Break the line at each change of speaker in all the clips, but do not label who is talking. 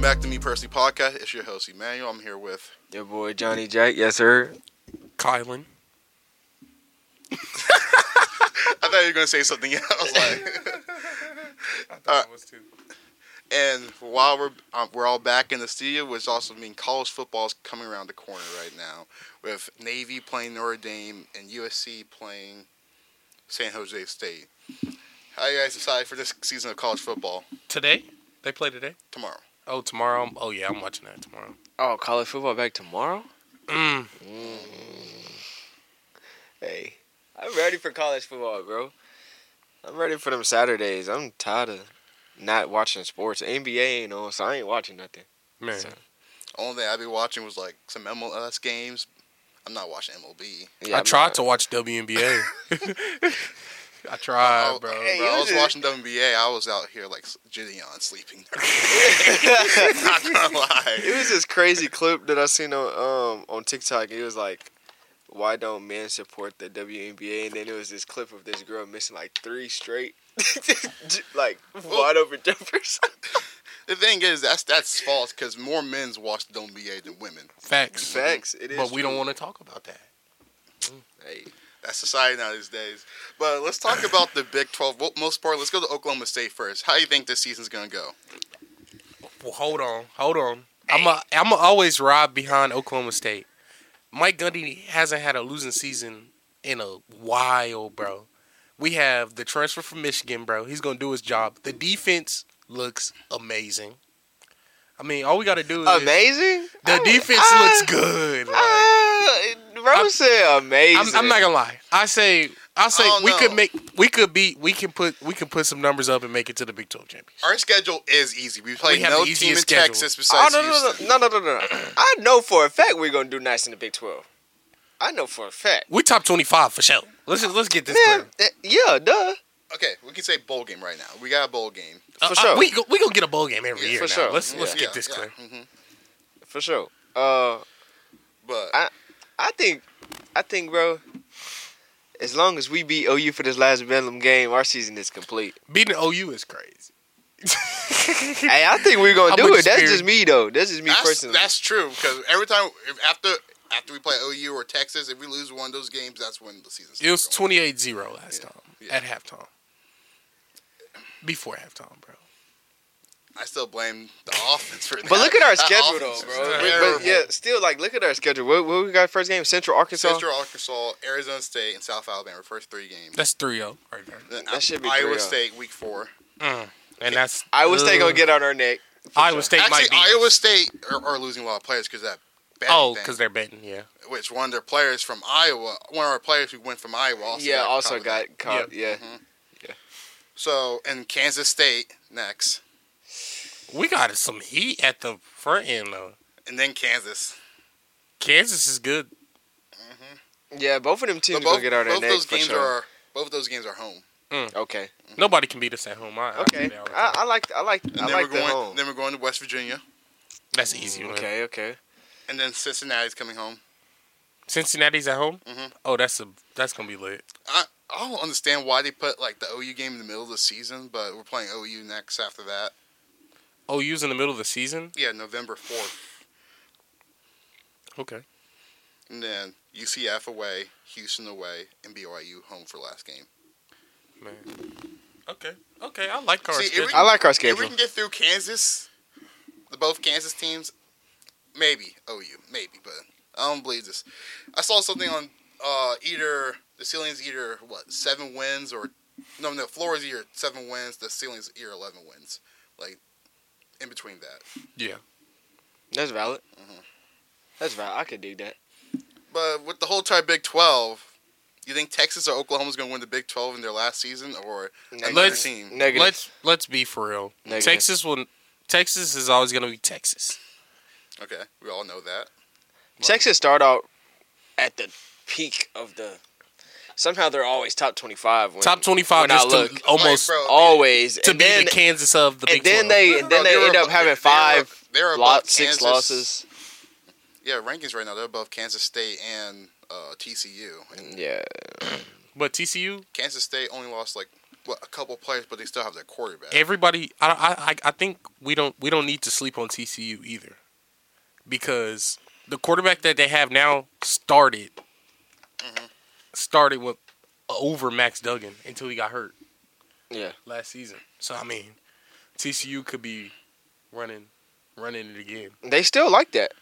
back to Me Personally Podcast. It's your host, Emmanuel. I'm here with.
Your boy Johnny Jack, yes sir.
Kylan.
I thought you were going to say something else. Like,
I thought
Uh,
it was too.
and while we're um, we're all back in the studio, which also means college football is coming around the corner right now, with Navy playing Notre Dame and USC playing San Jose State. How you guys decide for this season of college football
Today? They play today?
tomorrow?
Oh, tomorrow. I'm- Oh, yeah, I'm watching that tomorrow.
Oh, college football back tomorrow?
Mm.
Mm-hmm. Hey, I'm ready for college football, bro. I'm ready for them Saturdays. I'm tired of not watching sports. NBA ain't on, so I ain't watching nothing.
Man.
So-
Only thing I've been watching was like some MLS games. I'm not watching MLB.
Yeah,
I
I'm
tried
not-
to watch WNBA. I tried,
Oh,
bro.
bro,
Hey,
I was
you just-
watching WNBA. I was out here like Gideon sleeping. not gonna lie.
It was this crazy clip that I seen on um on TikTok. It was like, why don't men support the WNBA? And then it was this clip of this girl missing like three straight, like wide open jumpers.
The thing is, that's that's false because more men's watch the NBA than women.
Facts.
Facts. It is.
But we don't
true.
want to talk about that.
Hey,
That's society now these days. But let's talk about the Big 12. Well, most part, let's go to Oklahoma State first. How do you think this season's gonna go?
Well, hold on, hold on. I'm a, I'm a always ride behind Oklahoma State. Mike Gundy hasn't had a losing season in a while, bro. We have the transfer from Michigan, bro. He's gonna do his job. The defense looks amazing. I mean, all we gotta do is
amazing.
the
I-
defense
I-
looks good. like,
Uh, Bro said amazing.
I'm, I'm not gonna lie. I say, I say
Oh,
we
no.
could make, we could be, we can put, we can put some numbers up and make it to the Big 12 championship.
Our schedule is easy. We play
We have
no
the
team in
easiest schedule.
Texas
Oh
besides
no no no no no no no! no. I know for a fact we're gonna do nice in the Big Twelve. I know for a fact.
We top 25 for sure. Let's just, let's get this
Man,
clear.
eh, yeah, duh.
Okay, we can say bowl game right now. We got a bowl game.
For sure.
Uh, we go, we gonna get a bowl game every
Yeah,
year.
for
now.
sure.
Let's let's
Yeah,
get this
yeah,
clear.
mhm.
For sure. Uh,
But
I- I think, I think, bro. As long as we beat OU for this last Bedlam game, our season is complete.
Beating OU is crazy.
hey, I think we're gonna
I'm
do
with
it.
you,
That's
Spirit.
just me though. That's just me
that's,
personally.
that's true because every time if after after we play OU or Texas, if we lose one of those games, that's when the season's
It was
going.
28-0 last time
Yeah.
at halftime. Before halftime, bro.
I still blame the offense for that.
but look at our
That
schedule though,
offense is
bro.
terrible.
But yeah, still like look at our schedule. What, what we got first game? Central Arkansas.
Central Arkansas, Arizona State, and South Alabama. First three games.
That's 3-0 right there.
Then
That should be
Iowa
3-0.
State week four.
And that's
Iowa State
uh,
gonna get on our neck. for
Iowa
sure.
State
Actually,
might be
Iowa State are, are losing a lot of players because that. Betting
Oh,
thing,
because they're betting. Yeah.
which one of their players from Iowa, one of our players who went from Iowa, also
yeah,
got caught
also
with that.
got caught. Yeah.
So and Kansas State next,
We got some heat at the front end though.
and then Kansas.
Kansas is good.
Yeah, both of them teams
But
gonna
both
get on
both
our
of
neck
those
for
games
sure.
are both of those games are home.
Okay.
Nobody can beat us at home. I, I do
Okay.
that all the
I,
time.
I like I like
And
I
then
like
we're
the
going.
home.
Then we're going to West Virginia,
That's an easy. Okay.
Okay. Okay.
and then Cincinnati's coming home.
Cincinnati's at home.
Mm-hmm.
Mhm.
Oh, that's a that's gonna be lit.
I I don't understand why they put like the OU game in the middle of the season, but we're playing OU next after that.
OU's in the middle of the season.
Yeah, November fourth.
Okay.
And then UCF away, Houston away, and BYU home for last game.
Man. Okay. Okay. I like our
See, it
schedule.
re-
I like our
If
schedule.
we can get through Kansas, the both Kansas teams, maybe OU, maybe, but I don't believe this. I saw something on uh, either the ceilings either what seven wins or no no Florida's either seven wins, the ceilings either eleven wins, like in between that.
yeah.
That's valid.
Mm-hmm.
That's valid. I could dig that.
But with the whole entire Big Twelve. You think Texas or Oklahoma's going to win the Big 12 in their last season or another
Let's-
team?
Negative.
Let's let's be for real.
Negative.
Texas will. Texas is always gonna be Texas.
Okay, we all know that.
Texas start out at the peak of the. Somehow they're always top twenty five.
Top twenty five
when I
just to
look-
almost
Like, bro,
Always
to
and
be
then,
the Kansas of the
and
Big
then
12.
they and then
No,
they
were
end up
above-
having
they were-
five
they were above
lot six
Kansas.
losses.
Yeah, rankings right now they're above Kansas State and uh, TCU. And
Yeah,
But TCU,
Kansas State only lost like what a couple players, but they still have their quarterback.
Everybody, I, I, I- I think we don't we don't need to sleep on TCU either, because the quarterback that they have now started started with uh, over Max Duggan until he got hurt
Yeah.
last season. So I mean, TCU could be running running it again,
They still like that.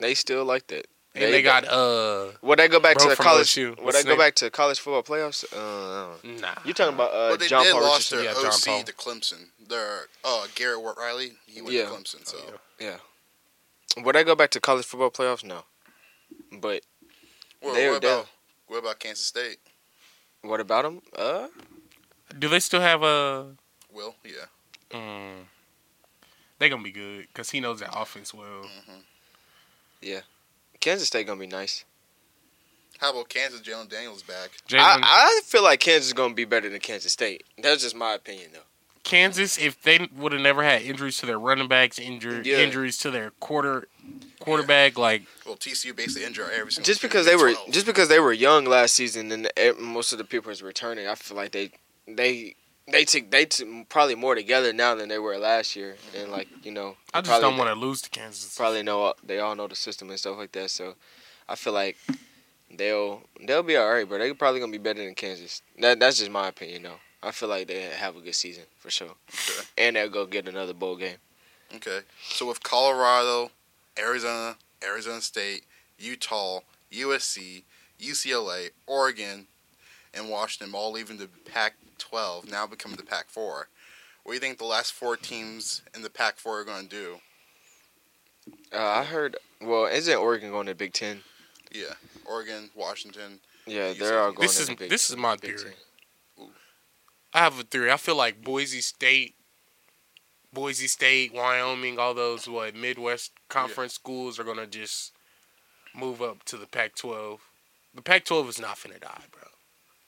They still like that.
and they, got uh
Well, they go back
Bro
to the
from
college.
LSU.
Would
What's
I
his
go
name?
back to college football playoffs? Uh, I don't know.
nah.
You're talking about uh,
but they
John
did
Paul
lost
Richardson.
their
yeah, John Paul.
OC to Clemson. Their uh, Garrett Wa- Riley, he went
Oh, Yeah.
to Clemson. So
yeah.
Would I go back to college football playoffs? No. But
Well,
They were
what about what about Kansas State?
what about them? Uh,
Do they still have a?
Will, yeah,
Mm, they gonna be good because he knows that offense well.
hmm
Kansas State gonna be nice.
How about Kansas? Jalen Daniels back.
I,
Jalen
I feel like Kansas is gonna be better than Kansas State. That's just my opinion though.
Kansas, if they would have never had injuries to their running backs, injury,
Yeah.
injuries to their quarter quarterback, like
Well, TCU basically injured every single.
Just
team
because
in
they were
12.
just because they were young last season and eh, most of the people is returning, I feel like they they they took they took probably more together now than they were last year. And like you know,
I just
probably
don't want to lose to Kansas.
probably know they all know the system and stuff like that. So I feel like they'll they'll be all right, but they're probably gonna be better than Kansas. That that's just my opinion though. I feel like they have a good season for sure,
Okay.
and they'll go get another bowl game.
Okay, so with Colorado, Arizona, Arizona State, Utah, USC, UCLA, Oregon, and Washington all leaving the Pac-12, now becoming the Pac-4. What do you think the last four teams in the Pac-4 are going to do?
Uh, I heard. Well, isn't Oregon going to Big Ten?
Yeah, Oregon, Washington.
Yeah,
You
they're all
said-
going.
This
to
is
the Big,
this is my
Big
theory.
Ooh.
I have a theory. I feel like Boise State, Boise State, Wyoming, all those what Midwest conference schools are gonna just move up to the Pac-12. The Pac-12 is not finna die, bro.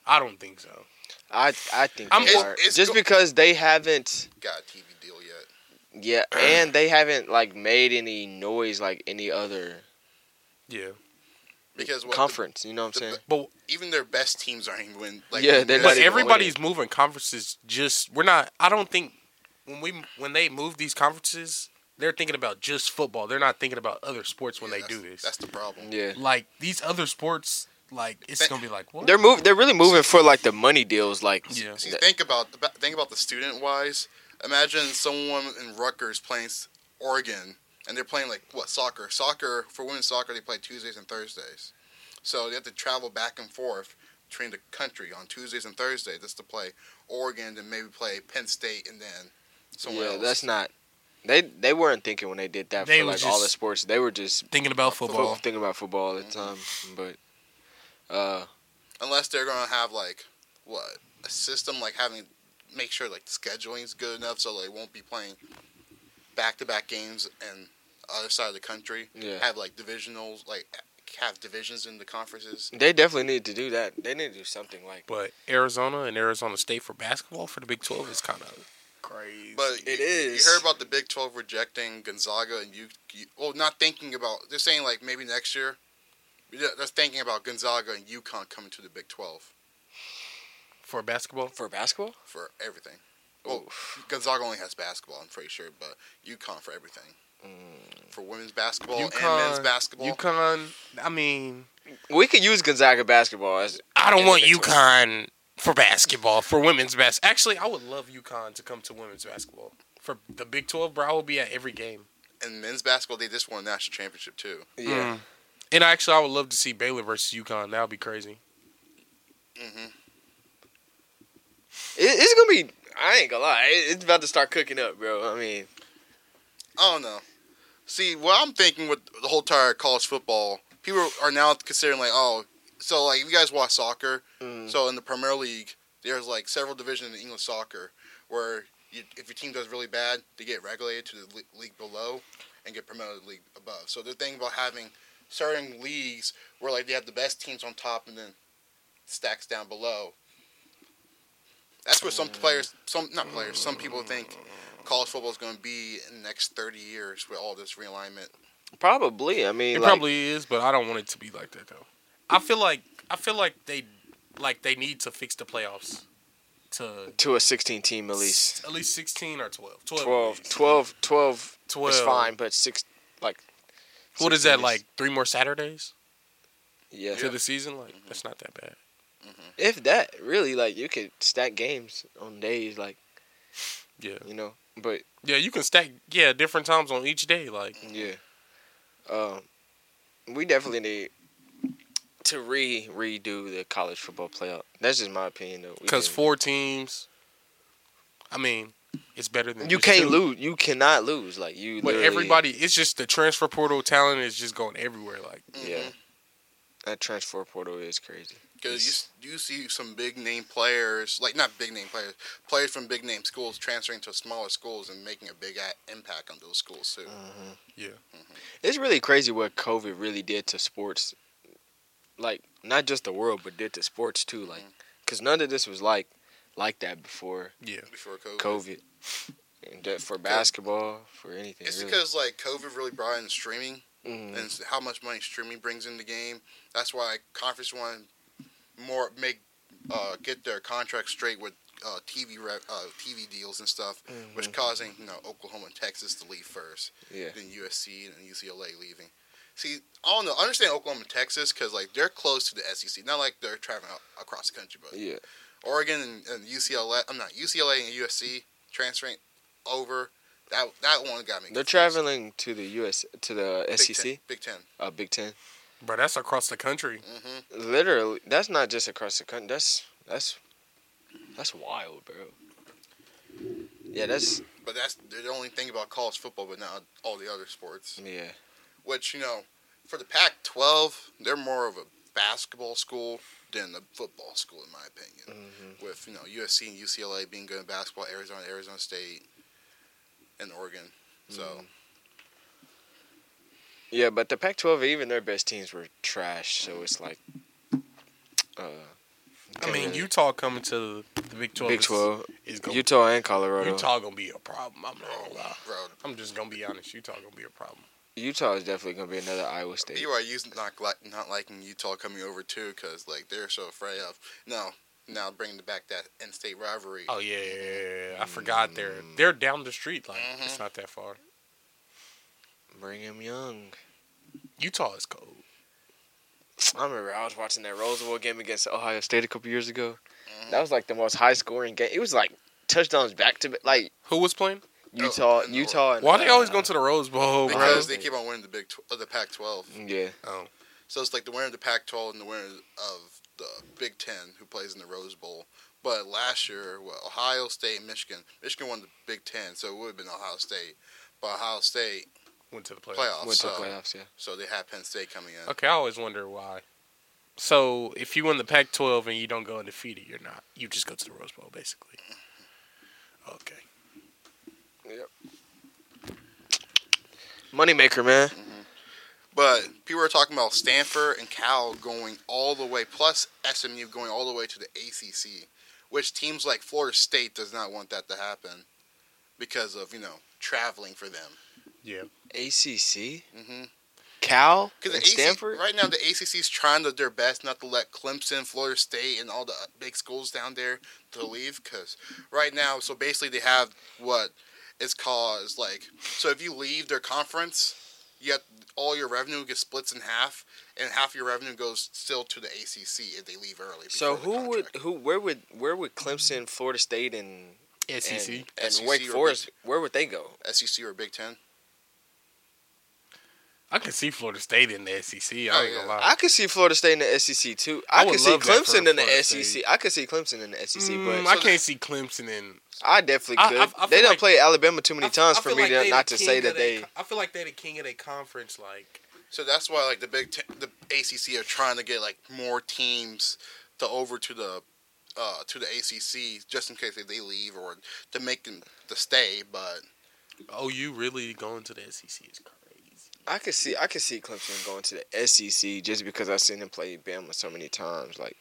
I don't think so.
I I think
I'm-
they
It's-
are.
it's
just
go-
because they haven't.
Got a TV deal yet?
Yeah, and they haven't like made any noise like any other
Yeah,
Because what,
conference. You know what I'm
the-
saying?
but
even their best teams aren't even winning. Like,
Yeah, they're not
but
even
everybody's moving conferences. Just we're not. I don't think when we when they move these conferences, they're thinking about just football. They're not thinking about other sports when
Yeah,
they do
that's-
this.
That's the problem.
Yeah.
Like these other sports, like it's
They-
gonna be like what?
They're move. They're really moving for like the money deals. Like
Yeah.
See,
th-
think about the think about the student wise. Imagine someone in Rutgers playing s- Oregon, and they're playing like what soccer? Soccer for women's soccer, they play Tuesdays and Thursdays, so they have to travel back and forth between the country on Tuesdays and Thursdays just to play Oregon, and maybe play Penn State, and then somewhere
yeah,
else.
that's not. They they weren't thinking when they did that
They
for
were
like all the
just-
sports. They were just
thinking about
Football.
football.
fo- thinking about football all the time. But uh,
unless they're gonna have like what a system like having make sure like the scheduling is good enough so they won't be playing back to back games and other side of the country.
Yeah.
Have like divisionals like have divisions in the conferences.
they definitely need to do that. They need to do something like
But Arizona and Arizona State for basketball for the Big Twelve is kind of crazy.
But
It
you,
is.
You heard about the Big Twelve rejecting Gonzaga and you, you well not thinking about they're saying like maybe next year. Yeah, They're thinking about Gonzaga and UConn coming to the Big Twelve
for basketball,
for basketball.
for everything. Well, Gonzaga only has basketball, I'm pretty sure, but UConn for everything. for women's basketball and men's
UConn,
basketball.
UConn. I mean,
We could use Gonzaga basketball as
I don't
And the
want
Big 12.
UConn for basketball for women's bas. Actually, I would love UConn to come to women's basketball for the Big Twelve. Bro, I will be at every game.
and men's basketball, they just won a national championship too.
yeah.
Mm. And actually, I would love to see Baylor versus UConn. That would be crazy.
hmm
It, it's gonna be. I ain't gonna lie. It, it's about to start cooking up, bro. I mean,
I don't know. See, what I'm thinking with the whole entire college football, people are now considering like, oh, so like if you guys watch soccer, so in the Premier League, there's like several divisions in English soccer where you, if your team does really bad, they get relegated to the le- league below and get promoted to the league above. So they're thinking about having certain leagues where like they have the best teams on top and then stacks down below. That's where some players, some not players, some people think college football is going to be in the next 30 years with all this realignment.
probably. I mean,
It
like,
probably is, but I don't want it to be like that though. I feel like I feel like they like they need to fix the playoffs. to
to a 16 team at least.
s- at least sixteen or 12. 12.
12, 12, 12
12.
is fine, but six like.
What is
16
that like? Three more Saturdays
Yeah.
to the season? Like that's not that bad.
If that really like you could stack games on days like
Yeah.
you know, but
Yeah, you can stack yeah different times on each day. Like
yeah, um, we definitely need to re redo the college football playoff. That's just my opinion though. We
because
didn't-
four teams. I mean, it's better than
you
just
can't
two.
lose. You cannot lose. Like you.
But
literally-
everybody, it's just the transfer portal talent is just going everywhere. Like
Mm-hmm.
Yeah. That transfer portal is crazy.
Because you, you see some big name players, like not big name players, players from big name schools transferring to smaller schools and making a big a- impact on those schools too.
Mm. Mm-hmm. It's really crazy what COVID really did to sports. Like not just the world, but did to sports too. Like,
Mm-hmm.
cause none of this was like like that before
yeah,
Before COVID,
COVID. And that for basketball, for anything.
it's
really.
because like COVID really brought in streaming
Mhm.
and s- how much money streaming brings in the game. That's why conference one more make uh, get their contracts straight with uh, TV re- uh, TV deals and stuff, which causing you know Oklahoma and Texas to leave first.
yeah.
than USC and UCLA leaving. See, I don't know. I understand Oklahoma, and Texas, because like they're close to the SEC. Not like they're traveling out- across the country, but
Yeah.
Oregon and, and UCLA. I'm not UCLA and USC transferring over. That that one got me.
They're E
confused.
traveling to the US to the
Big Ten,
SEC,
Big Ten.
uh, Big Ten.
bro, that's across the country.
Mm-hmm.
Literally, that's not just across the country. That's that's that's wild, bro. Yeah, that's
But that's the only thing about college football, but not all the other sports.
yeah.
Which you know, for the Pac-12, they're more of a basketball school than a football school, in my opinion.
Mhm.
with you know USC and UCLA being good in basketball, Arizona, Arizona State, and Oregon. So
Mm-hmm.
Yeah, but the Pac-12, even their best teams were trash. So it's like, uh,
I mean,
kinda
Utah coming to the Big Twelve.
Big
is-
Twelve,
is, gonna, Utah.
Utah and Colorado. Utah.
Utah gonna be a problem. I'm not gonna lie.
bro,
I'm just gonna be honest. Utah gonna be a problem.
is definitely gonna be another Iowa State.
BYU's not gla- not liking Utah coming over too because like they're so afraid of no now bringing back that in-state rivalry.
Oh yeah, yeah, yeah, yeah. I forgot they're they're down the street. Like it's
Mhm.
not that far.
Bring him young.
Utah is cold.
I remember I was watching that Rose Bowl game against Ohio State a couple years ago.
Mhm.
That was like the most high-scoring game. It was like touchdowns back to like
Who was playing?
Utah,
and-
Utah. And,
Why they always
uh,
going to the Rose Bowl, bro? Mm.
because
bro.
they keep on winning the Big tw- uh, the Pac-12.
Yeah,
So it's like the winner of the Pac-12 and the winner of the Big Ten who plays in the Rose Bowl. But last year, well, Ohio State, Michigan, Michigan won the Big Ten, so it would have been Ohio State. But Ohio State
went to the playoffs.
playoffs,
went to
so-
playoffs. Yeah,
So they had Penn State coming in.
Okay, I always wonder why. So if you win the Pac-12 and you don't go undefeated, you're not. You just go to the Rose Bowl, basically. Okay.
moneymaker, man.
But people are talking about Stanford and Cal going all the way, plus SMU going all the way to the ACC, which teams like Florida State does not want that to happen because of you know traveling for them.
Yeah.
ACC,
Mm-hmm.
Cal,
Because
and Stanford.
right now, the ACC is trying to, their best not to let Clemson, Florida State, and all the big schools down there to leave. Because right now, so basically they have what it's called is like so if you leave their conference, you have, all your revenue gets splits in half, and half your revenue goes still to the ACC if they leave early.
So
before the
who would
contract.
who where would where would Clemson, Florida State, and
SEC.
and, and
E
SEC
Wake
or Big
Forest where would they go?
SEC E or Big Ten?
I could see Florida State in the SEC. I ain't
Oh, yeah.
gonna lie.
I could see Florida State in the SEC too.
Uh, I
I,
would
could see
love that for
Clemson in the
Florida
SEC.
State.
I could see Clemson in the SEC,
Mm,
but
I can't see Clemson in.
I definitely
I-
could.
I- I feel
they don't
like-
play Alabama too many times
I
for
feel
me
like
to,
they
not
the
to
king
say
of
that
they-
they.
I feel like they're the king of their conference. Like
So that's why like the Big Ten, the ACC are trying to get like more teams to over to the uh, to the ACC just in case if they leave or to make them to stay. But
OU Oh, really going to the SEC is crazy.
I could see I could see Clemson going to the SEC just because I've seen them play Bama so many times. Like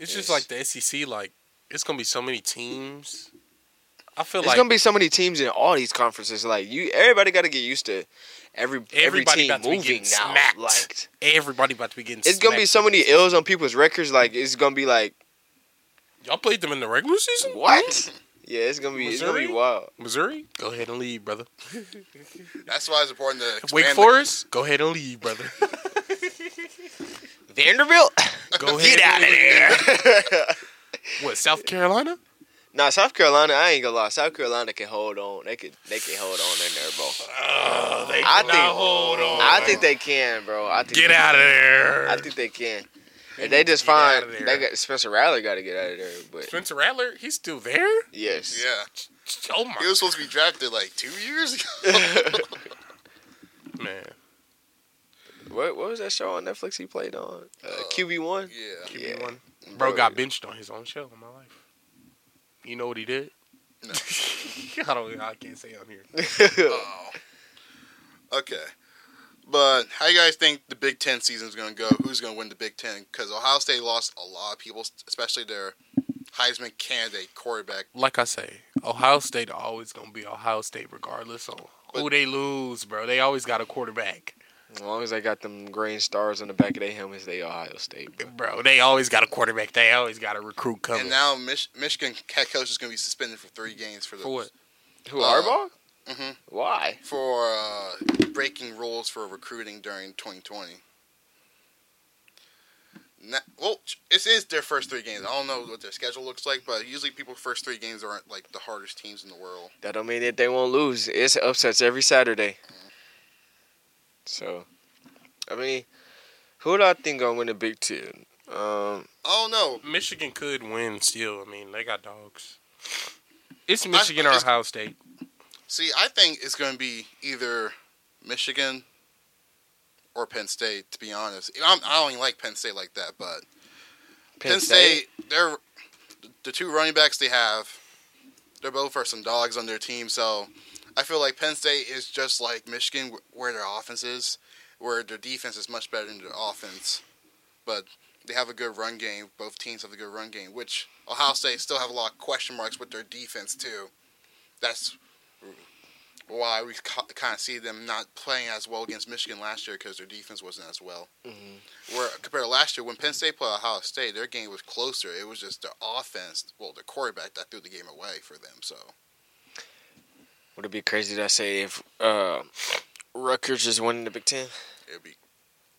It's
Yes.
just like the SEC. Like it's gonna be so many teams. I feel
it's
like
gonna be so many teams in all these conferences. Like you, everybody got to get used to every every
Everybody
team
about to be
moving
getting
now.
smacked.
Like
everybody about to be getting.
it's gonna be
smacked
so
in
many
this-
ills on people's records. Like it's gonna be like
Y'all played them in the regular season?
What? Yeah, it's gonna be it's gonna be
Mm. Missouri?
wild.
Missouri? Go ahead and leave, brother.
That's why it's important to expand
Wake
the-
Forest? Go ahead and leave, brother.
Vanderbilt,
Go ahead.
get
and
out of
leave.
there.
What, South Carolina?
nah, South Carolina. I ain't gonna lie. South Carolina can hold on. They could they can hold on in there, bro.
Oh, they
I
cannot
think-
hold on.
I think they can, bro. I think
Get
they-
out of there.
I think they can. If they just
Get
find
out of there.
they got Spencer Rattler got to get out of there, but
Spencer Rattler, he's still there?
yes,
Yeah,
Oh, my
he was supposed to be drafted like two years ago.
man.
what what was that show on Netflix he played on? Uh,
Uh,
QB one.
Yeah,
QB one.
Yeah.
Bro got benched on his own show in my life. You know what he did?
No.
I don't. I can't say on here.
Oh. Okay. But how you guys think the Big Ten season is going to go? Who's going to win the Big Ten? Because Ohio State lost a lot of people, especially their Heisman candidate quarterback.
Like I say, Ohio State always gonna be Ohio State, regardless of who
But-
they lose, bro. They always got a quarterback,
as long as they got them green stars on the back of their helmets, they Ohio State. Bro.
bro. They always got a quarterback. They always got a recruit coming.
And now Mich- Michigan head coach is going to be suspended for three games for the
For what?
Who
Uh,
Harbaugh?
Mhm.
Why?
for uh, breaking rules for recruiting during 2020. Na well, it is their first three games. I don't know what their schedule looks like, but usually people's first three games aren't like the hardest teams in the world.
That don't mean that they won't lose. It's upsets every Saturday. So, I mean, who do I think gonna win the Big Ten? Um,
Oh no,
Michigan could win still. I mean, they got dogs. It's
Michigan
Michigan
or
or Ohio State.
See, I think it's going to be either Michigan or Penn State. To be honest, I'm, I don't even like Penn State like that, but Penn, State, they're the two running backs they have. They're both are some dogs on their team, so I feel like Penn State is just like Michigan, wh- where their offense is, where their defense is much better than their offense, but they have a good run game. Both teams have a good run game, which Ohio State still have a lot of question marks with their defense too. That's why we kind of see them not playing as well against Michigan last year because their defense wasn't as well
Mhm.
where compared to last year when Penn State played Ohio State, their game was closer. It was just their offense, well, their quarterback that threw the game away for them. So
Would it be crazy to say if uh, Rutgers is winning the Big Ten?
it'd be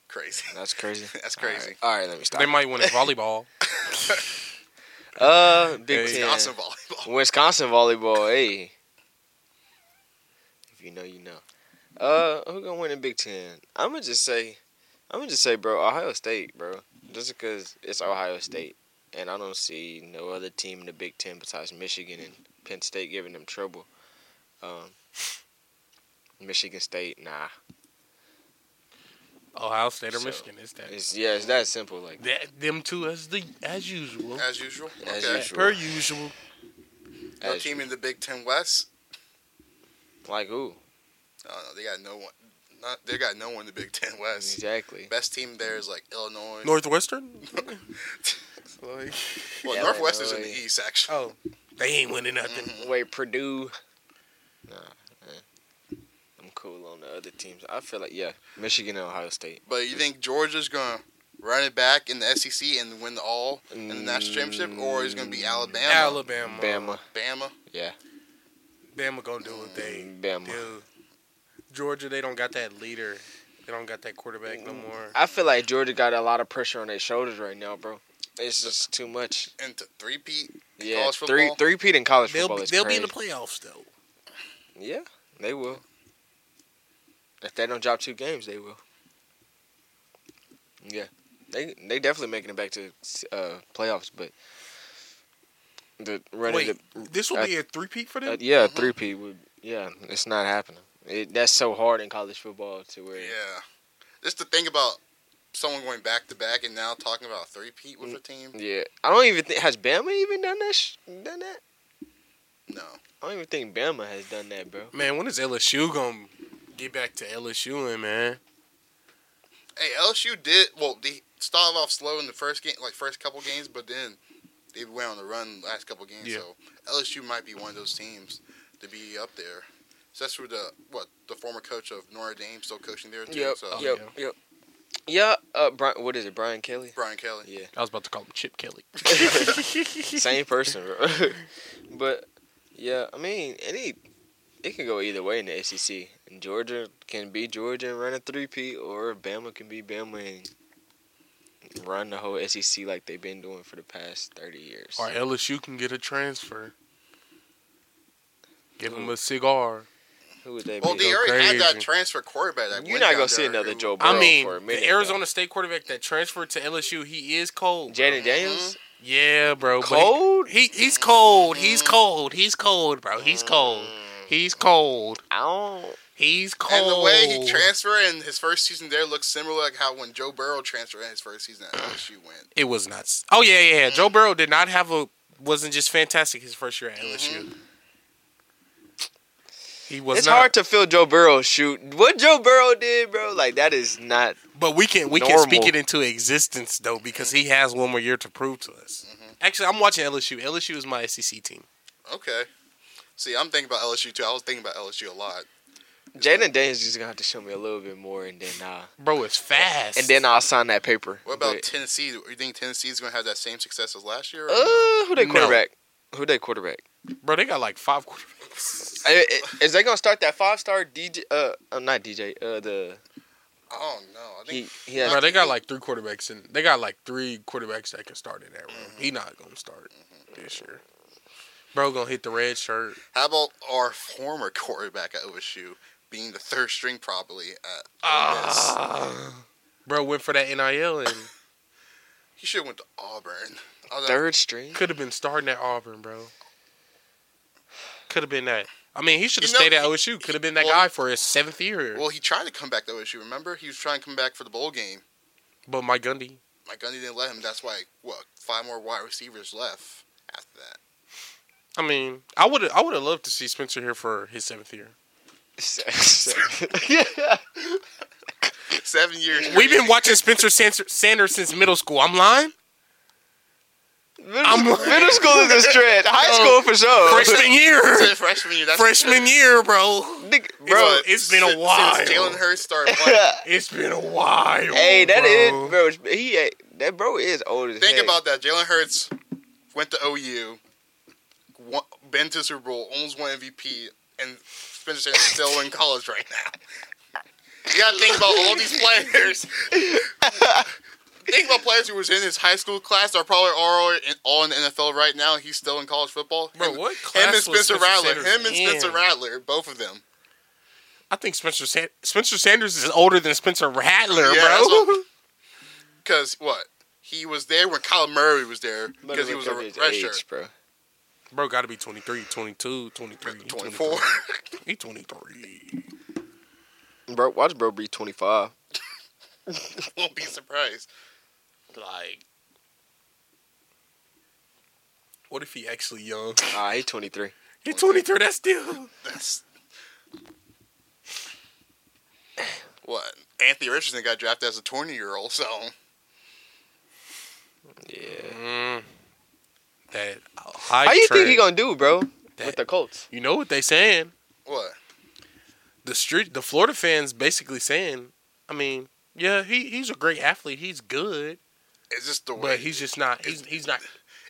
crazy.
That's crazy.
That's crazy.
All right, All right, let me stop.
They might win in volleyball.
Uh, Big
Hey.
Ten.
Wisconsin
Wisconsin.
volleyball.
volleyball. Hey, if you know, you know. Uh, who gonna win the Big Ten? I'm gonna just say, I'm gonna just say, bro, Ohio State, bro. Just because it's Ohio State, and I don't see no other team in the Big Ten besides Michigan and Penn State giving them trouble. Um, Michigan State, nah.
Ohio State or
So,
Michigan. It's that.
It's yeah, it's that simple. Like
that them two as the as usual.
As usual.
As
okay.
usual.
Per usual.
No
as-
team in the Big Ten West.
like who?
Oh no, they got no one. Not, they got no one in the Big Ten West.
Exactly.
Best team there is like Illinois.
Northwestern?
well,
Illinois.
Northwest is in the East actually.
oh. They ain't winning nothing.
Mhm.
Wait, Purdue. Nah, eh. I'm cool on the other teams. I feel like yeah, Michigan and Ohio State.
But you think Georgia's gonna run it back in the SEC and win the all in the national championship, or is it gonna be Alabama?
Alabama.
Bama.
Bama.
Yeah.
Bama gonna do what they
Bama.
do. Georgia, they don't got that leader. They don't got that quarterback no more.
I feel like Georgia got a lot of pressure on their shoulders right now, bro. It's just too much.
into three P.
Yeah,
College
three
football?
three peat in college
They'll
football
be,
is
they'll be
crazy.
in the playoffs though.
yeah, they will. If they don't drop two games, they will. Yeah, they they definitely making it back to uh, playoffs, but the running
Wait,
the
this will be a three peat for them. Uh-huh.
Uh, yeah, three P would. Yeah, it's not happening. It, that's so hard in college football to where.
Yeah. Just the thing about someone going back to back and now talking about three peat with a team.
Yeah, I don't even think has Bama even done that. Sh- done that?
No.
I don't even think Bama has done that, bro.
man, when is LSU gonna get back to LSU and man?
Hey, LSU did well. They started off slow in the first game, like first couple games, but then they went on the run the last couple games.
Yeah.
So LSU might be one of those teams to be up there. So that's who the what the former coach of Notre Dame still coaching there too. So
Oh,
yep,
yeah.
yep. Yeah, uh, Brian, what is it, Brian Kelly?
Brian Kelly.
Yeah,
I was about to call him Chip Kelly.
same person, bro. but yeah, I mean, any it can go either way in the SEC. And Georgia can be Georgia and run a three P, or Bama can be Bama and run the whole SEC like they've been doing for the past thirty years.
Or LSU can get a transfer. Give him a cigar.
Who would that
Well,
be?
they already had that
crazy.
transfer quarterback. That
You're
went
not
down
gonna see
there
another
who-
Joe Burrow
I mean,
for a minute.
the Arizona State quarterback that transferred to LSU, he is cold.
Jaden
Mm-hmm.
Daniels
Yeah, bro. but he-
cold.
He he's cold. He's cold. He's cold, bro. He's cold. He's cold.
I don't.
He's cold.
And the way
Oh.
he transferred in his first season there looks similar like how when Joe Burrow transferred in his first season at LSU went.
it was nuts. Oh yeah, yeah. yeah. Joe
Mm.
Burrow did not have a wasn't just fantastic his first year at LSU. He was
Mm-hmm. it's
not.
hard to feel Joe Burrow shoot. What Joe Burrow did, bro, like that is not.
But we can we can speak
Normal.
it into existence though because
Mm-hmm.
he has one more year to prove to us. Actually, I'm watching LSU. LSU is my SEC team.
Okay. See, I'm thinking about LSU too. I was thinking about LSU a lot.
Jaden Daniels just gonna have to show me a little bit more, and then uh,
Bro, it's fast.
and then I'll sign that paper.
What about
But,
Tennessee? Do you think Tennessee's going to have that same success as last year? or no?
uh, who they
No.
quarterback? Who they quarterback?
bro, they got like five quarterbacks.
I- I- Is they gonna start that five star DJ? Uh, uh, not DJ. Uh, the
Oh no, I
he
think
he has.
Bro, they got like three quarterbacks and they got like three quarterbacks that can start in that room.
Mm-hmm.
He not gonna start this year. Bro, gonna hit the red shirt.
how about our former quarterback at OSU being the third string probably at Ole Miss?
Ah. Bro went for that NIL and
He should have went to Auburn. I was like,
Third string.
could have been starting at Auburn, bro. Could have been that. I mean, he should have
You know,
stayed at OSU. Could have been that
well-
guy for his seventh year.
Well, he tried to come back to OSU. Remember, he was trying to come back for the bowl game.
but Mike Gundy,
Mike Gundy didn't let him. That's why what five more wide receivers left after that.
I mean, I would I would have loved to see Spencer here for his seventh year.
Seven years.
We've been watching Spencer Sans- Sanders since middle school. I'm lying.
middle,
I'm-
middle school is a stretch. High school
Oh,
for sure.
Freshman year,
Since freshman year. That's
freshman year, bro.
Nigga,
Bro,
bro.
it's been a
since-
while.
Since Jalen Hurst started playing.
It's been a while.
Hey, that
bro.
is bro. He ain't- that bro is old as
Think
heck.
about that. Jalen Hurts went to OU, won, been to the Super Bowl, almost won MVP, and Spencer Sanders is still in college right now. You gotta think about all these players. think about players who was in his high school class that are probably all in, all in the NFL right now. He's still in college football.
Bro,
him,
what
Him
class
and
was
Spencer,
Spencer
Rattler.
Sanders
Him and Spencer
in?
Rattler. Both of them.
I think Spencer San- Spencer Sanders is older than Spencer Rattler,
Yeah, that's
bro.
what- Because what? He was there when Kyle Murray was there because he was a
Look at his
red
age,
shirt.
bro.
Bro, got to be 23, 22, 23,
24.
He 23.
Bro, watch bro be twenty five.
Won't be surprised.
Like, what if he actually young?
Ah, he twenty three.
He 23. That's still.
That's what Anthony Richardson got drafted as a twenty-year-old. So
Yeah.
Mm, that
How you think he
gonna?
gonna do, bro?
That-
With the Colts.
You know what they saying?
what?
the street the Florida fans basically saying, I mean, yeah, he, he's a great athlete. He's good,
It's just the way.
but he's just not. He's he's not.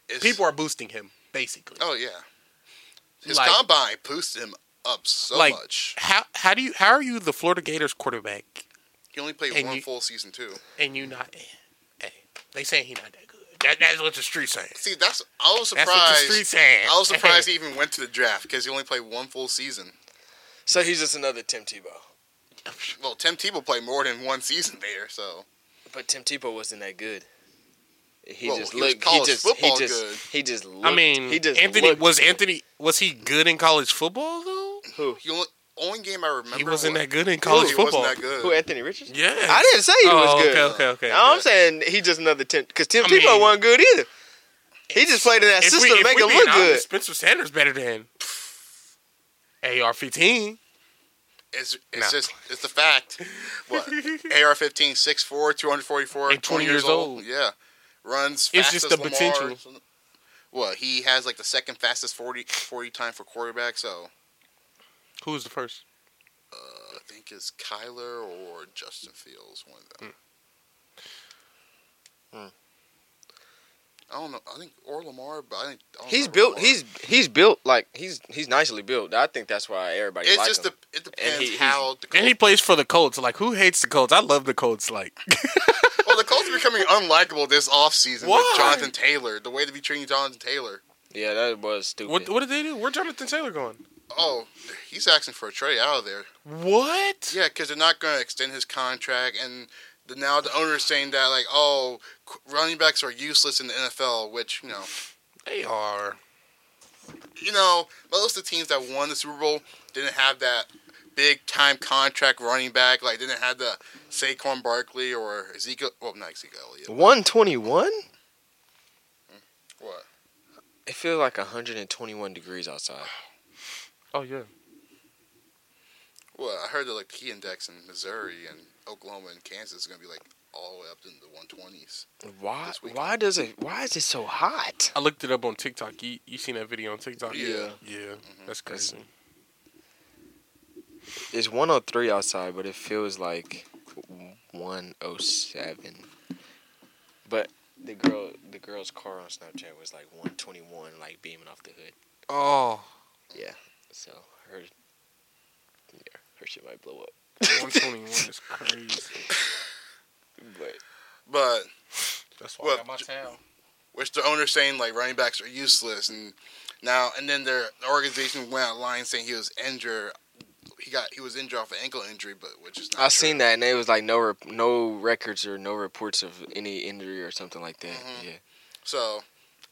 it's-
People are boosting him basically.
Oh yeah. His
Like-
combine boosted him up so
Like-
much.
How how do you how are you the Florida Gators quarterback
He only played
and
one
you-
full season too.
and you not? Hey, they saying he not that good. That, that's what the street saying.
See, that's I was
That's what the
surprised.
street saying.
I was surprised he even went to the draft because he only played one full season.
So he's just another Tim Tebow.
Well, Tim Tebow played more than one season there, so
But Tim Tebow wasn't that good. He
Well,
just
he was
looked. He
college
just. He
football
just.
good.
He just. Looked,
I mean,
he just.
Anthony
looked
was
good.
Anthony was he good in college football though?
Who?
he only only game I remember.
He wasn't
wa-
that good in
Oh,
college
he
football.
wasn't that good.
Who? Anthony Richardson?
Yeah,
I didn't say he
oh,
was good.
Okay, okay, okay.
No, I'm saying he just another Tim. Because Tim
I
Tebow
mean-
wasn't good either. He just played in that system to make him
being
look
honest,
good.
Spencer Sanders better than AR-15.
It's it's
Nah.
just it's the fact. What AR 15, 6'4", 244,
And
20 years old. Yeah, runs.
It's
fast
just
as
the
Lamar.
potential.
What he has like the second fastest 40, 40 time for quarterback. So
Who was the first?
uh, I think it's Kyler or Justin Fields. One of them.
Hmm.
I don't know. I think or Lamar, but I think I don't
He's
remember
built.
Lamar.
He's he's built like he's he's nicely built. I think that's why everybody.
It's
like
just
him.
the it depends
he- he's-
how the
And
Colts,
he plays for the Colts. Like, who hates the Colts? I love the Colts. Like,
well the Colts are becoming unlikable this offseason
Why?
with Jonathan Taylor. The way to be treating Jonathan Taylor.
yeah, that was stupid.
what what did they do? Where Jonathan Taylor going?
Oh, he's asking for a trade out of there.
What?
Yeah, because they're not going to extend his contract, and the, now the owner is saying that like, oh, qu- running backs are useless in the NFL, which you know,
They are.
you know, most of the teams that won the Super Bowl didn't have that big time contract running back, like didn't have the Saquon Barkley or Ezekiel. Well, not Ezekiel Elliott.
One twenty one.
What?
It feels like hundred and twenty one degrees outside.
Oh yeah.
Well, I heard that like the key index in Missouri and Oklahoma and Kansas is going to be like all the way up in the 120s.
Why?
This weekend.
Why does it? Why is it so hot?
I looked it up on TikTok. You you seen that video on TikTok?
Yeah.
Yeah.
That's-
That's crazy.
It's one oh three outside, but it feels like one oh seven. But the girl, the girl's car on Snapchat was like one twenty one, like beaming off the hood.
Oh.
So her, yeah, her shit might blow up.
121 is crazy.
But
But
That's
why I got my
town.
which the owner's saying like running backs are useless and now and then their the organization went online saying he was injured he got he was injured off an ankle injury but which is not
I seen that, and it was like no, rep- no records or no reports of any injury or something like that.
Mhm.
Yeah,
so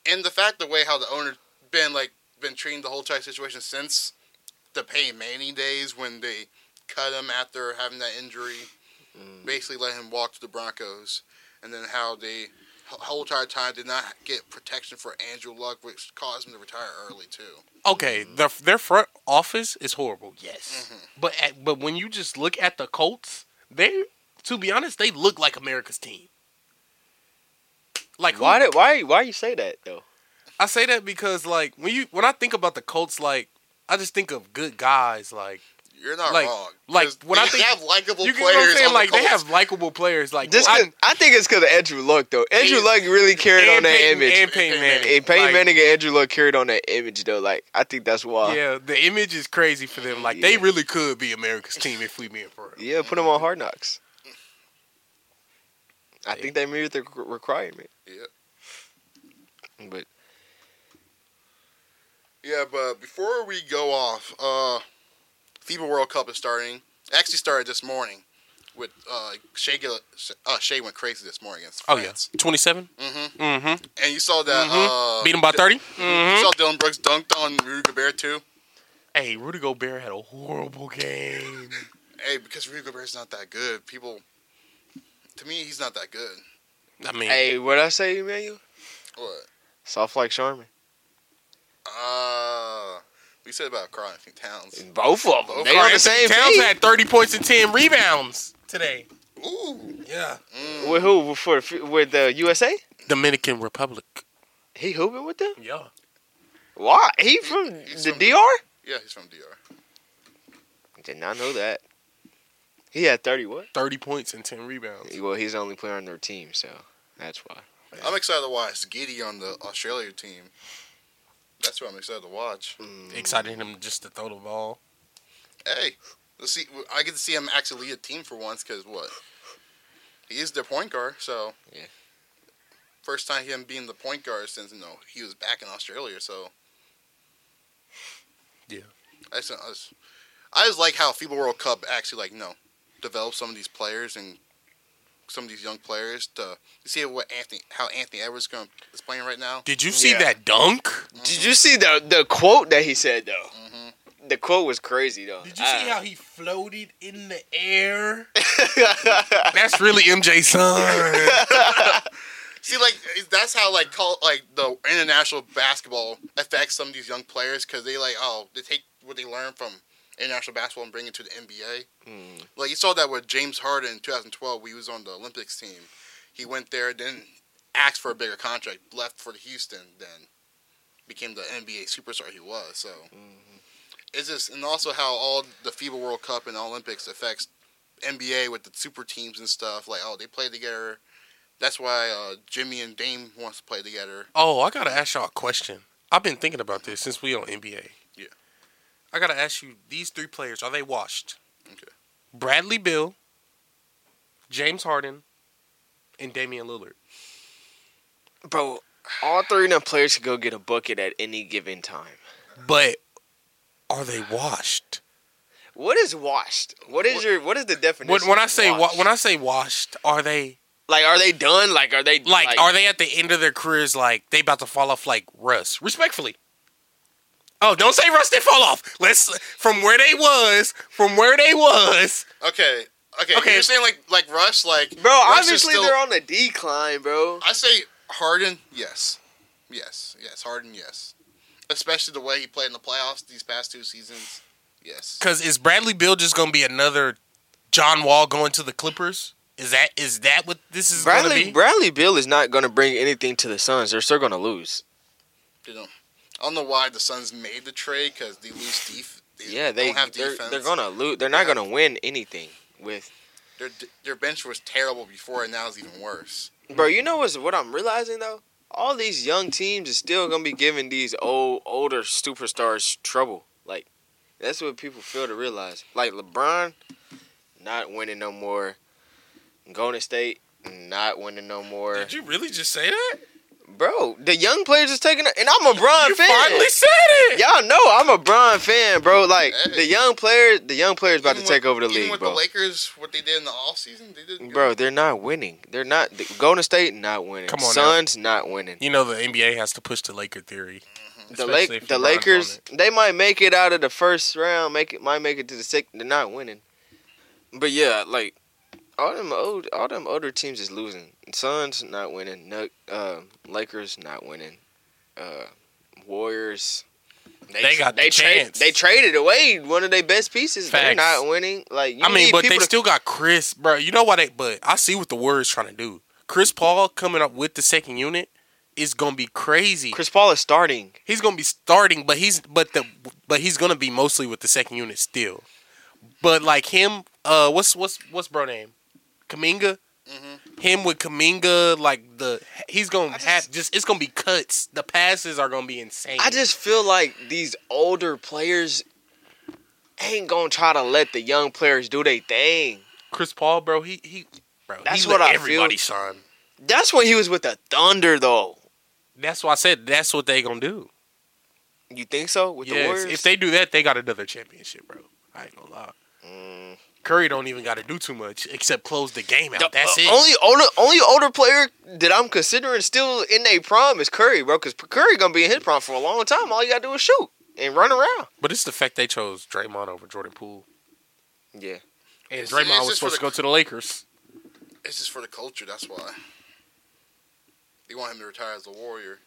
and the fact the way how the owner been like been treating the whole entire situation since the Peyton Manning days when they cut him after having that injury
Mm-hmm.
Mm.
basically let him walk to the Broncos and then how they the whole entire time did not get protection for Andrew Luck which caused him to retire early too
Okay,
Mm-hmm.
their their front office is horrible. Yes, but at, but when you just look at the Colts, they to be honest, they look like America's team. Like who-
why? Did, why? Why you say that though?
I say that because like when you when I think about the Colts, like I just think of good guys. Like
You're not
Like-
wrong.
like,
'Cause
when I
they
think-
have likable
you
players
get what I'm saying?
on
Like
the
they
Colts.
have likable players. Like
Just
I-
'cause- I, think it's because of Andrew Luck though. Andrew
And-
Luck really carried on
and
that
Peyton-
image.
and Peyton Manning.
And Peyton
Like,
Manning and Andrew Luck carried on that image though. Like I think that's why. Yeah,
Yeah, the image is crazy for them. Like they
Yeah.
really could be America's team if we being for real.
put him on Hard Knocks. I
Yeah.
think they meet the re- requirement.
Yep.
But
Yeah, but before we go off, uh, FIBA World Cup is starting. It actually started this morning. With uh, Shea, Gill- uh, Shea went crazy this morning against
Oh yeah,
France.
twenty seven.
Mm-hmm.
Mm-hmm.
And you saw that uh,
Beat them by Mm-hmm.
D-
30
Mm-hmm.
You saw Dylan Brooks dunked on Rudy Gobert too.
Hey, Rudy Gobert had a horrible game.
Hey, because Rudy Gobert's not that good. People, to me, he's not that good.
I mean,
hey, what I say, Emmanuel?
What?
Soft like Charmin.
Uh, we said about Carl Anthony Towns.
Both of
Both
them. They on the
Anthony
same
Towns
team.
had thirty points and ten rebounds today.
Ooh.
Yeah,
Mm.
With who? For with uh, the USA?
Dominican Republic.
He hooping with them?
Yeah,
Why? He from
He's
the
from-
DR?
Yeah, he's from DR.
Did not know that. He had thirty what?
thirty points and ten rebounds.
Well, he's the only player on their team, so that's why.
I'm excited to watch Giddy on the Australia team. That's what I'm excited to watch.
Mm.
Excited him just to throw the ball.
Hey, let's see. I get to see him actually lead a team for once because what? He is their point guard, so
Yeah.
First time him being the point guard since you know he was back in Australia, so
Yeah.
I just, I just, I just like how FIBA World Cup actually like you know develop some of these players and some of these young players to you see what Anthony how Anthony Edwards gonna, is playing right now.
Did you see
Yeah.
that dunk?
Did you see the the quote that he said though?
hmm
The quote was crazy though.
he floated in the air?
how?
That's really MJ son.
See, like that's how like call like the international basketball affects some of these young players because they like oh they take what they learn from international basketball and bring it to the NBA. Like you saw that with James Harden in 2012, we was on the Olympics team. He went there, then asked for a bigger contract, left for the Houston, then became the NBA superstar he was. So Mm-hmm. it's just and also how all the FIBA World Cup and Olympics affects NBA with the super teams and stuff. Like oh they play together, That's why uh, Jimmy and Dame wants to play together.
Oh, I gotta ask y'all a question. I've been thinking about this since we on NBA.
Yeah.
I gotta ask you: These three players are they washed?
Okay.
Bradley Bill, James Harden, and Damian Lillard.
Bro, all three of them players could go get a bucket at any given time.
But are they washed?
What is washed? What is your what is the definition?
When, when I
of
say wa-
washed?
when I say washed, are they
like are they done? Like are they
like, are they at the end of their careers like they about to fall off like Russ? Respectfully. Oh, don't say Russ didn't fall off. Let's from where they was, from where they was.
Okay. Okay.
Okay.
You're saying like like Russ, like
Bro,
Russ is
obviously
still-
they're on the decline, bro.
I say Harden, yes, yes, yes. Harden, yes. Especially the way he played in the playoffs these past two seasons. Yes.
Cause is Bradley Bill just gonna be another John Wall going to the Clippers? Is that is that what this is gonna
Bradley
be?
Bradley Bill is not gonna bring anything to the Suns. They're still gonna lose.
You know, I don't know why the Suns made the trade because they lose def- they
Yeah, they
don't have
they're,
defense.
they're gonna lose. They're not gonna win anything with.
Their their bench was terrible before, and now it's even worse.
Bro, you know what's what I'm realizing though? All these young teams is still gonna be giving these old older superstars trouble. Like that's what people fail to realize. Like LeBron, not winning no more. Golden State, not winning no more.
Did you really just say that?
Bro, the young players is taking, and I'm a Bron
you
fan.
finally said it.
Y'all know I'm a Bron fan, bro. Like
Hey.
the young players, the young players about
Even
to take
with-
over the
even
league,
with
bro.
the Lakers, what they did in the offseason, they did.
bro, they're not winning. They're not. The Golden State not winning.
Come on now.
Suns not winning.
You know the NBA has to push the Laker theory.
The
Especially
Lake,
if
the
LeBron's on
Lakers,
it.
they might make it out of the first round. Make it, might make it to the second. They're not winning. But yeah, like all them old, all them older teams is losing. Suns not winning. Nu- uh, Lakers not winning. Uh, Warriors.
They got the
they trade-
chance.
they traded away one of their best pieces. They're
Facts.
not winning. Like you
I mean,
need
but
people
they
to-
still got Chris, bro. You know why they? But I see what the Warriors trying to do. Chris Paul coming up with the second unit is gonna be crazy.
Chris Paul is starting.
He's gonna be starting, but he's but the but he's gonna be mostly with the second unit still. But like him, uh, what's what's what's bro name? Kaminga.
Mm-hmm.
Him with Kaminga, like the he's gonna have just it's gonna be cuts. The passes are gonna be insane.
I just feel like these older players ain't gonna try to let the young players do their thing.
Chris Paul, bro. He he, bro.
That's
he
what
let
I feel.
everybody shine.
That's when he was with the Thunder, though.
That's why I said that's what they gonna do.
You think so? With the
Yes,
Warriors?
If they do that, they got another championship, bro. I ain't gonna lie.
Mm.
Curry don't even got to do too much except close the game out.
The
That's
o-
it.
uh, Only older, only older player that I'm considering still in their prime is Curry, bro. Because Curry gonna be in his prime for a long time. All you gotta do is shoot and run around.
but it's the fact they chose Draymond over Jordan Poole.
Yeah,
And
It's- it's
Draymond was
just for
supposed to
the-
go to the Lakers.
It's just for the culture. That's why they want him to retire as a Warrior.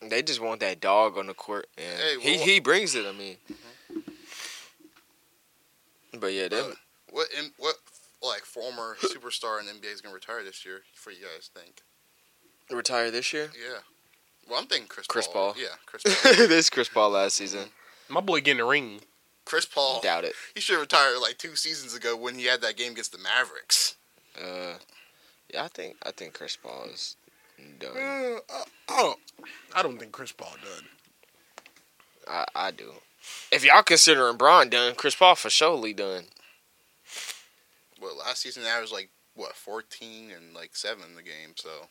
they just want that dog on the court, and
Hey,
he
well-
he brings it. I mean, but yeah, them,
What in, what like former superstar in the NBA is gonna retire this year? For you guys think?
retire this year.
Yeah. Well, I'm thinking Chris.
Chris
Paul.
Paul.
Yeah, Chris Paul.
this Chris Paul last season.
My boy getting the ring.
Chris
Oh.
Paul.
Doubt it.
He should have retired like two seasons ago when he had that game against the Mavericks.
Uh, yeah, I think I think Chris Paul is
Uh,
done.
I, I don't, I don't think Chris Paul done.
I, I do. If y'all considering Braun done, Chris Paul for surely done.
Well, last season I was like what 14 and like seven in the game. So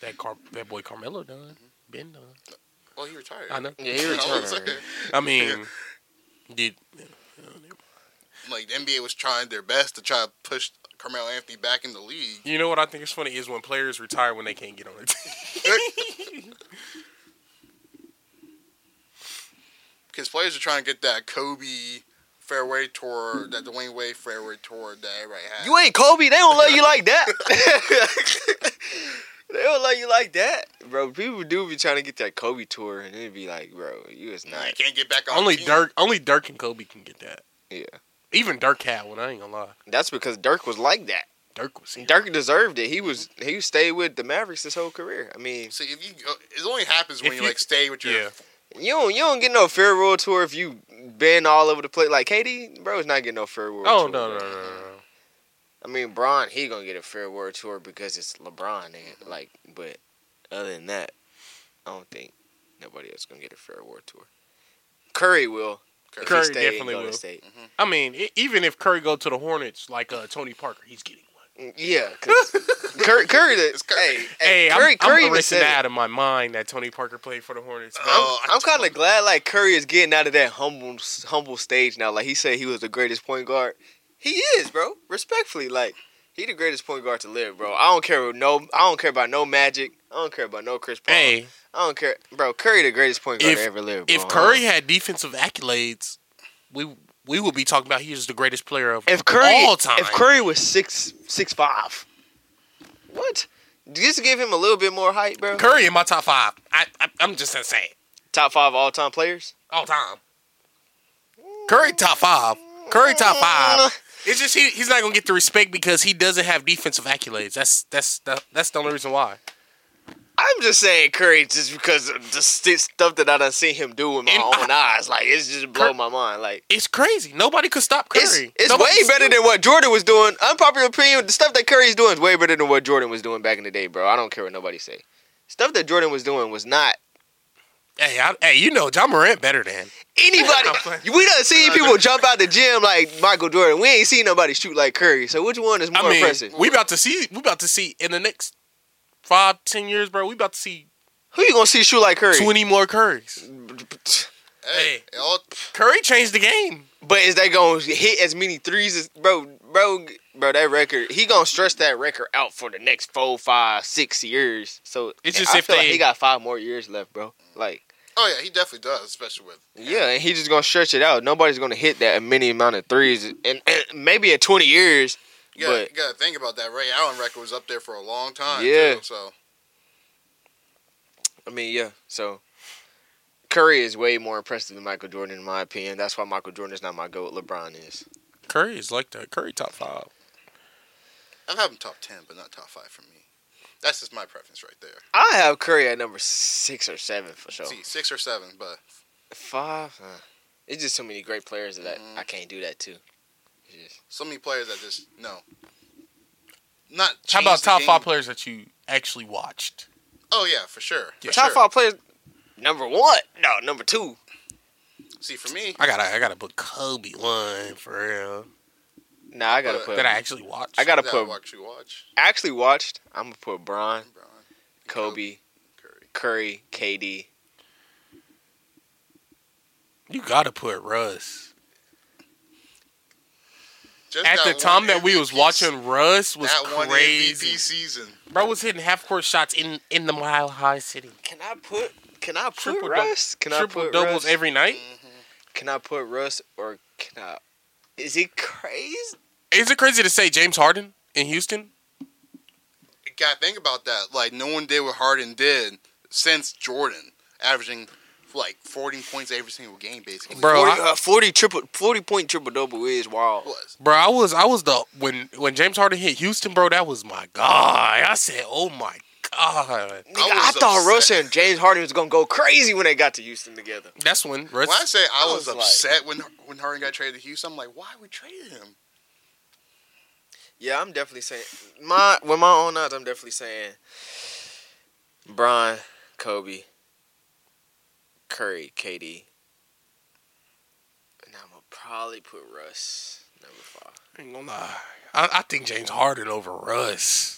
That car, that boy Carmelo done. Been done.
well, he retired.
I know.
Yeah,
You
he
know what I'm
returned.
saying?
I mean, did
like the NBA was trying their best to try to push Carmelo Anthony back in the league.
you know what I think is funny is when players retire when they can't get on the team.
Because players are trying to get that Kobe fairway tour, that Dwayne Wade fairway tour that everybody had.
You ain't Kobe. They don't love you like that. they don't love you like that, bro. People do be trying to get that Kobe tour, and it'd be like, bro, you is
You
not.
can't get back on
only
the team.
Dirk, only Dirk and Kobe can get that.
Yeah.
Even Dirk had one. I ain't gonna lie.
That's because Dirk was like that.
Dirk was in.
Dirk deserved it.
Mm-hmm.
He was he stayed with the Mavericks his whole career. I mean,
See, if you go, it only happens when
If
you,
you-
like stay with your.
Yeah.
you don't you don't get no fair world tour if you been all over the place. Like KD, bro, is not getting no fair world.
Oh
tour,
no
bro.
no no no. no.
I mean, Braun, he gonna get a fair word to her because it's LeBron, and like, but other than that, I don't think nobody else gonna get a fair word to her. Curry will. if he
Curry
stay and
definitely
go to
will.
State.
I mean, e- even if Curry go to the Hornets like uh, Tony Parker, he's getting one.
Yeah, 'cause Curry, Curry, the,
It's Curry.
Hey, hey,
Hey,
Curry,
I'm,
Curry
I'm
even
erasing
said
that
it.
out of my mind that Tony Parker played for the Hornets. bro.
Oh, I
I'm, kind of glad like Curry is getting out of that humble humble stage now. Like he said, he was the greatest point guard. He is, bro. Respectfully, like he the greatest point guard to live, bro. I don't care no. I don't care about no Magic. I don't care about no Chris Paul.
hey,
I don't care, bro. Curry the greatest point guard
If-
to ever live. Bro.
if Curry had defensive accolades, we we would be talking about he is the greatest player of
if Curry,
all time.
if Curry was six six five, what? Just give him a little bit more height, bro.
Curry in my top five, I, I I'm just gonna say it.
Top five all time players.
all time. Curry top five. Curry top five. It's just he, he's not gonna get the respect because he doesn't have defensive accolades. That's that's the, that's the only reason why.
I'm just saying Curry just because of the st- stuff that I done seen him do with my
And
own eyes. Like it's just blow
Cur-
my mind. Like
It's crazy. Nobody could stop Curry.
it's, it's
Nobody
way
could
better than what Jordan was doing. Unpopular opinion: the stuff that Curry's doing is way better than what Jordan was doing back in the day, bro. I don't care what nobody say. Stuff that Jordan was doing was not
Hey, I, hey, you know John Morant better than. I'm playing.
anybody. we done seen people jump out the gym like Michael Jordan. We ain't seen nobody shoot like Curry. So which one is more
I mean,
impressive?
we about to see. We about to see in the next five, ten years, bro. We about to see
Who you gonna see shoot like Curry?
twenty more Currys.
Hey, it all,
Curry changed the game.
But is they gonna hit as many threes as bro, bro, bro? That record, he gonna stretch that record out for the next four, five, six years. So
It's
and
just
I
if
feel like
they-
he got five more years left, bro. Like
oh yeah, he definitely does, especially with
yeah, and he just gonna stretch it out. Nobody's gonna hit that many amount of threes, and, and maybe in twenty years.
You gotta,
But-
you gotta think about that. Ray Allen record was up there for a long time.
Yeah.
too, so
I mean, yeah. So Curry is way more impressive than Michael Jordan, in my opinion. That's why Michael Jordan is not my goat. LeBron is.
Curry is like that. Curry top five.
I've had him top ten, but not top five for me. That's just my preference right there.
I have Curry at number six or seven for
Oh.
sure.
See, six or seven, but
Five. Uh, it's just so many great players that
Mhm.
I, I can't do that too. It's just-
so many players that just no. Not
How
change
about
the
top
game.
five players that you actually watched?
Oh yeah, for sure.
Yeah.
For
Top
sure.
five players. Number one, no, number two.
See, for me,
I gotta I gotta put Kobe one for real.
Nah, I gotta
Uh,
put.
that I actually watched.
I gotta
that
put.
watch you watch
Actually watched. I'm gonna put Bron,
Brown,
Kobe,
Curry.
Curry, KD.
you gotta put Russ.
Just
At the
one
time that we
MVP
was watching Russ was
that one MVP
crazy.
season,
Bro was hitting half court shots in in the Mile High City.
Can I put? Can I put
Triple dou-
Russ? Can I
Triple
put
doubles
Russ?
every night.
Can I put Russ or can I? Is it crazy?
Is it crazy to say James Harden in Houston?
You gotta think about that. Like no one did what Harden did since Jordan, averaging like 14 points every single game, basically.
Bro,
Forty,
I-
uh, 40 triple, forty point triple double is wild.
was
Bro, I was I was the when when James Harden hit Houston, bro, that was my god. I said, "Oh my god."
Nigga, I,
was
thought
upset.
Russ and James Harden was gonna go crazy when they got to Houston together.
That's when Russ
When I say I,
I
was,
was like-
upset when when Harden got traded to Houston, I'm like, why we traded him?
Yeah, I'm definitely saying my with my own eyes. I'm definitely saying Brian, Kobe, Curry, KD, and I'm gonna probably put Russ number five.
ain't gonna lie. I, I think James Harden over Russ.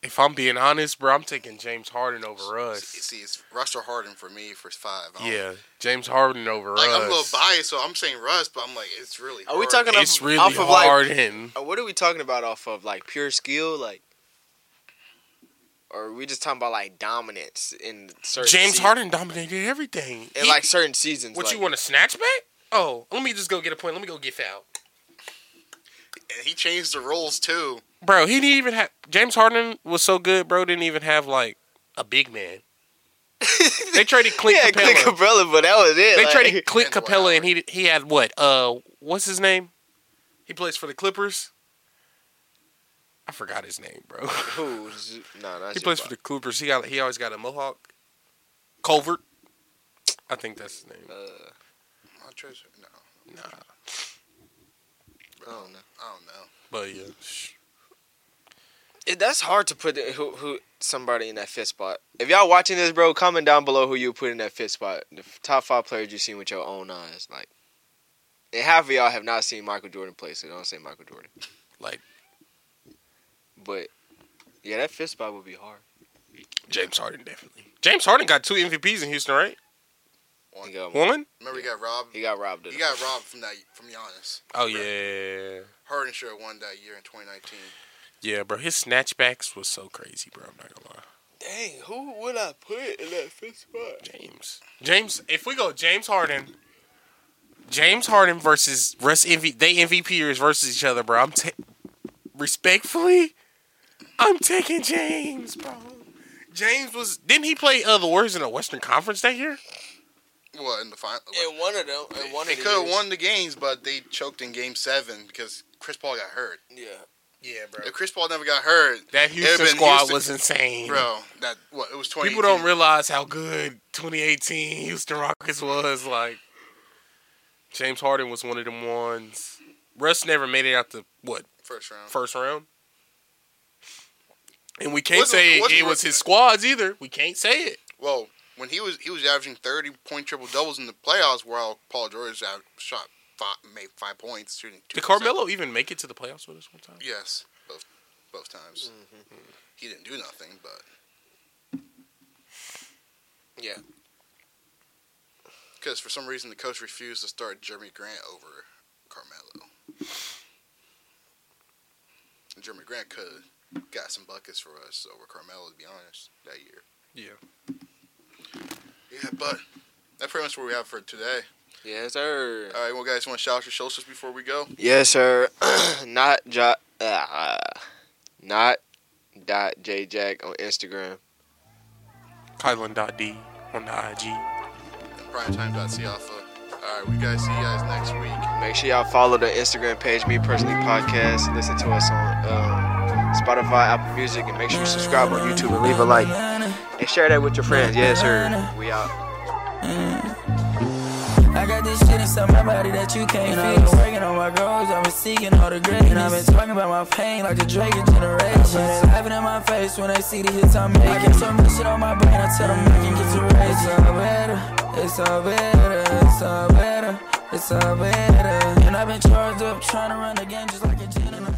If I'm being honest, bro, I'm taking James Harden over
See,
Russ.
see, it's Russ or Harden for me for five. I don't-
Yeah, James Harden over
like
Russ.
I'm a little biased, so I'm saying Russ, but I'm like, it's really.
Are we
Harden.
talking
It's
off-
really
off of, like-
Harden.
Uh, What are we talking about off of like pure skill, like, or are we just talking about like dominance in certain
James
sea-
Harden dominated everything.
in
He-
like certain seasons?
what
like,
you want a snatchback? Oh, let me just go get a point. Let me go get fouled,
And he changed the roles too.
bro. He didn't even have James Harden was so good, bro. Didn't even have like a big man. They traded Clint
yeah,
Capella.
Clint Capella, but that was it.
they
like-
traded Clint
And what
Capella, and he he had what? Uh, what's his name? He plays for the Clippers. I forgot his name, bro.
Who? Z- Nah, not
he plays for the Clippers. He got he always got a mohawk. Culvert, I think that's his name.
Uh,
Montrezl- No,
Nah,
I don't know.
I don't know.
But yeah, sh-
It, that's hard to put the- who who somebody in that fifth spot. If y'all watching this, bro, comment down below who you put in that fifth spot. The f- top five players you seen with your own eyes, like. And half of y'all have not seen Michael Jordan play, so don't say Michael Jordan.
Like-
but yeah, that fifth spot would be hard.
James Harden definitely. James Harden got two MVPs in Houston, right?
He got,
One.
Remember, he got robbed.
he got robbed. Of
He
the-
got robbed from that from Giannis.
Oh yeah,
Harden should have won that year in 2019.
yeah, bro. His snatchbacks was so crazy, bro. I'm not gonna lie.
Dang, who would I put in that fifth spot?
James. James. If we go James Harden, James Harden versus rest MV, they MVPers versus each other, bro. I'm ta- respectfully, I'm taking James, bro. James was didn't he play uh, the Warriors in the Western Conference that year?
Well, in the final,
In one of them, in one
they
of
could have
these-
won the games, but they choked in Game Seven because Chris Paul got hurt.
Yeah,
Yeah, bro.
If Chris Paul never got hurt,
That
It'd
Houston
been
squad
Houston-
was insane,
bro, that what it was 20.
People don't realize how good 2018 Houston Rockets was. Like James Harden was one of them ones. Russ never made it out the what
first round.
first round. And we can't
Wasn't-
say
wasn't
it was
Russ-
his squads either. We can't say it.
Well, when he was he was averaging 30 point triple doubles in the playoffs, while Paul George out, shot five, made five points, shooting. two.
Did Carmelo even make it to the playoffs with us one time?
Yes, Mm-hmm. both both times. He didn't do nothing, but
yeah.
because for some reason the coach refused to start Jeremy Grant over Carmelo. And Jeremy Grant could got some buckets for us over Carmelo, to be honest, that year.
Yeah.
Yeah, but that's pretty much what we have for today.
Yes, sir.
All right, well, guys, want to shout out your socials before we go?
Yes, sir. not jo- uh, not dot J Jack on Instagram.
Kylan.D on the IG.
Primetime.cialpha. All right, we guys see you guys next week.
Make sure y'all follow the Instagram page, Me Personally Podcast. Listen to us on um, Spotify, Apple Music, and make sure you subscribe on YouTube and leave a like and share that with your friends. Yes, sir. We out.
I got this shit inside my body that you can't and I've been working on my goals, I've been seeking all the greatness. And I've been talking about my pain like the Drake generation. But they laughing in my face when they see the hits I'm making. I got so much shit on my brain, I tell them I can get erased. It's all better, it's all better, it's all better, it's all better. And I've been charged up trying to run the game just like a gentleman.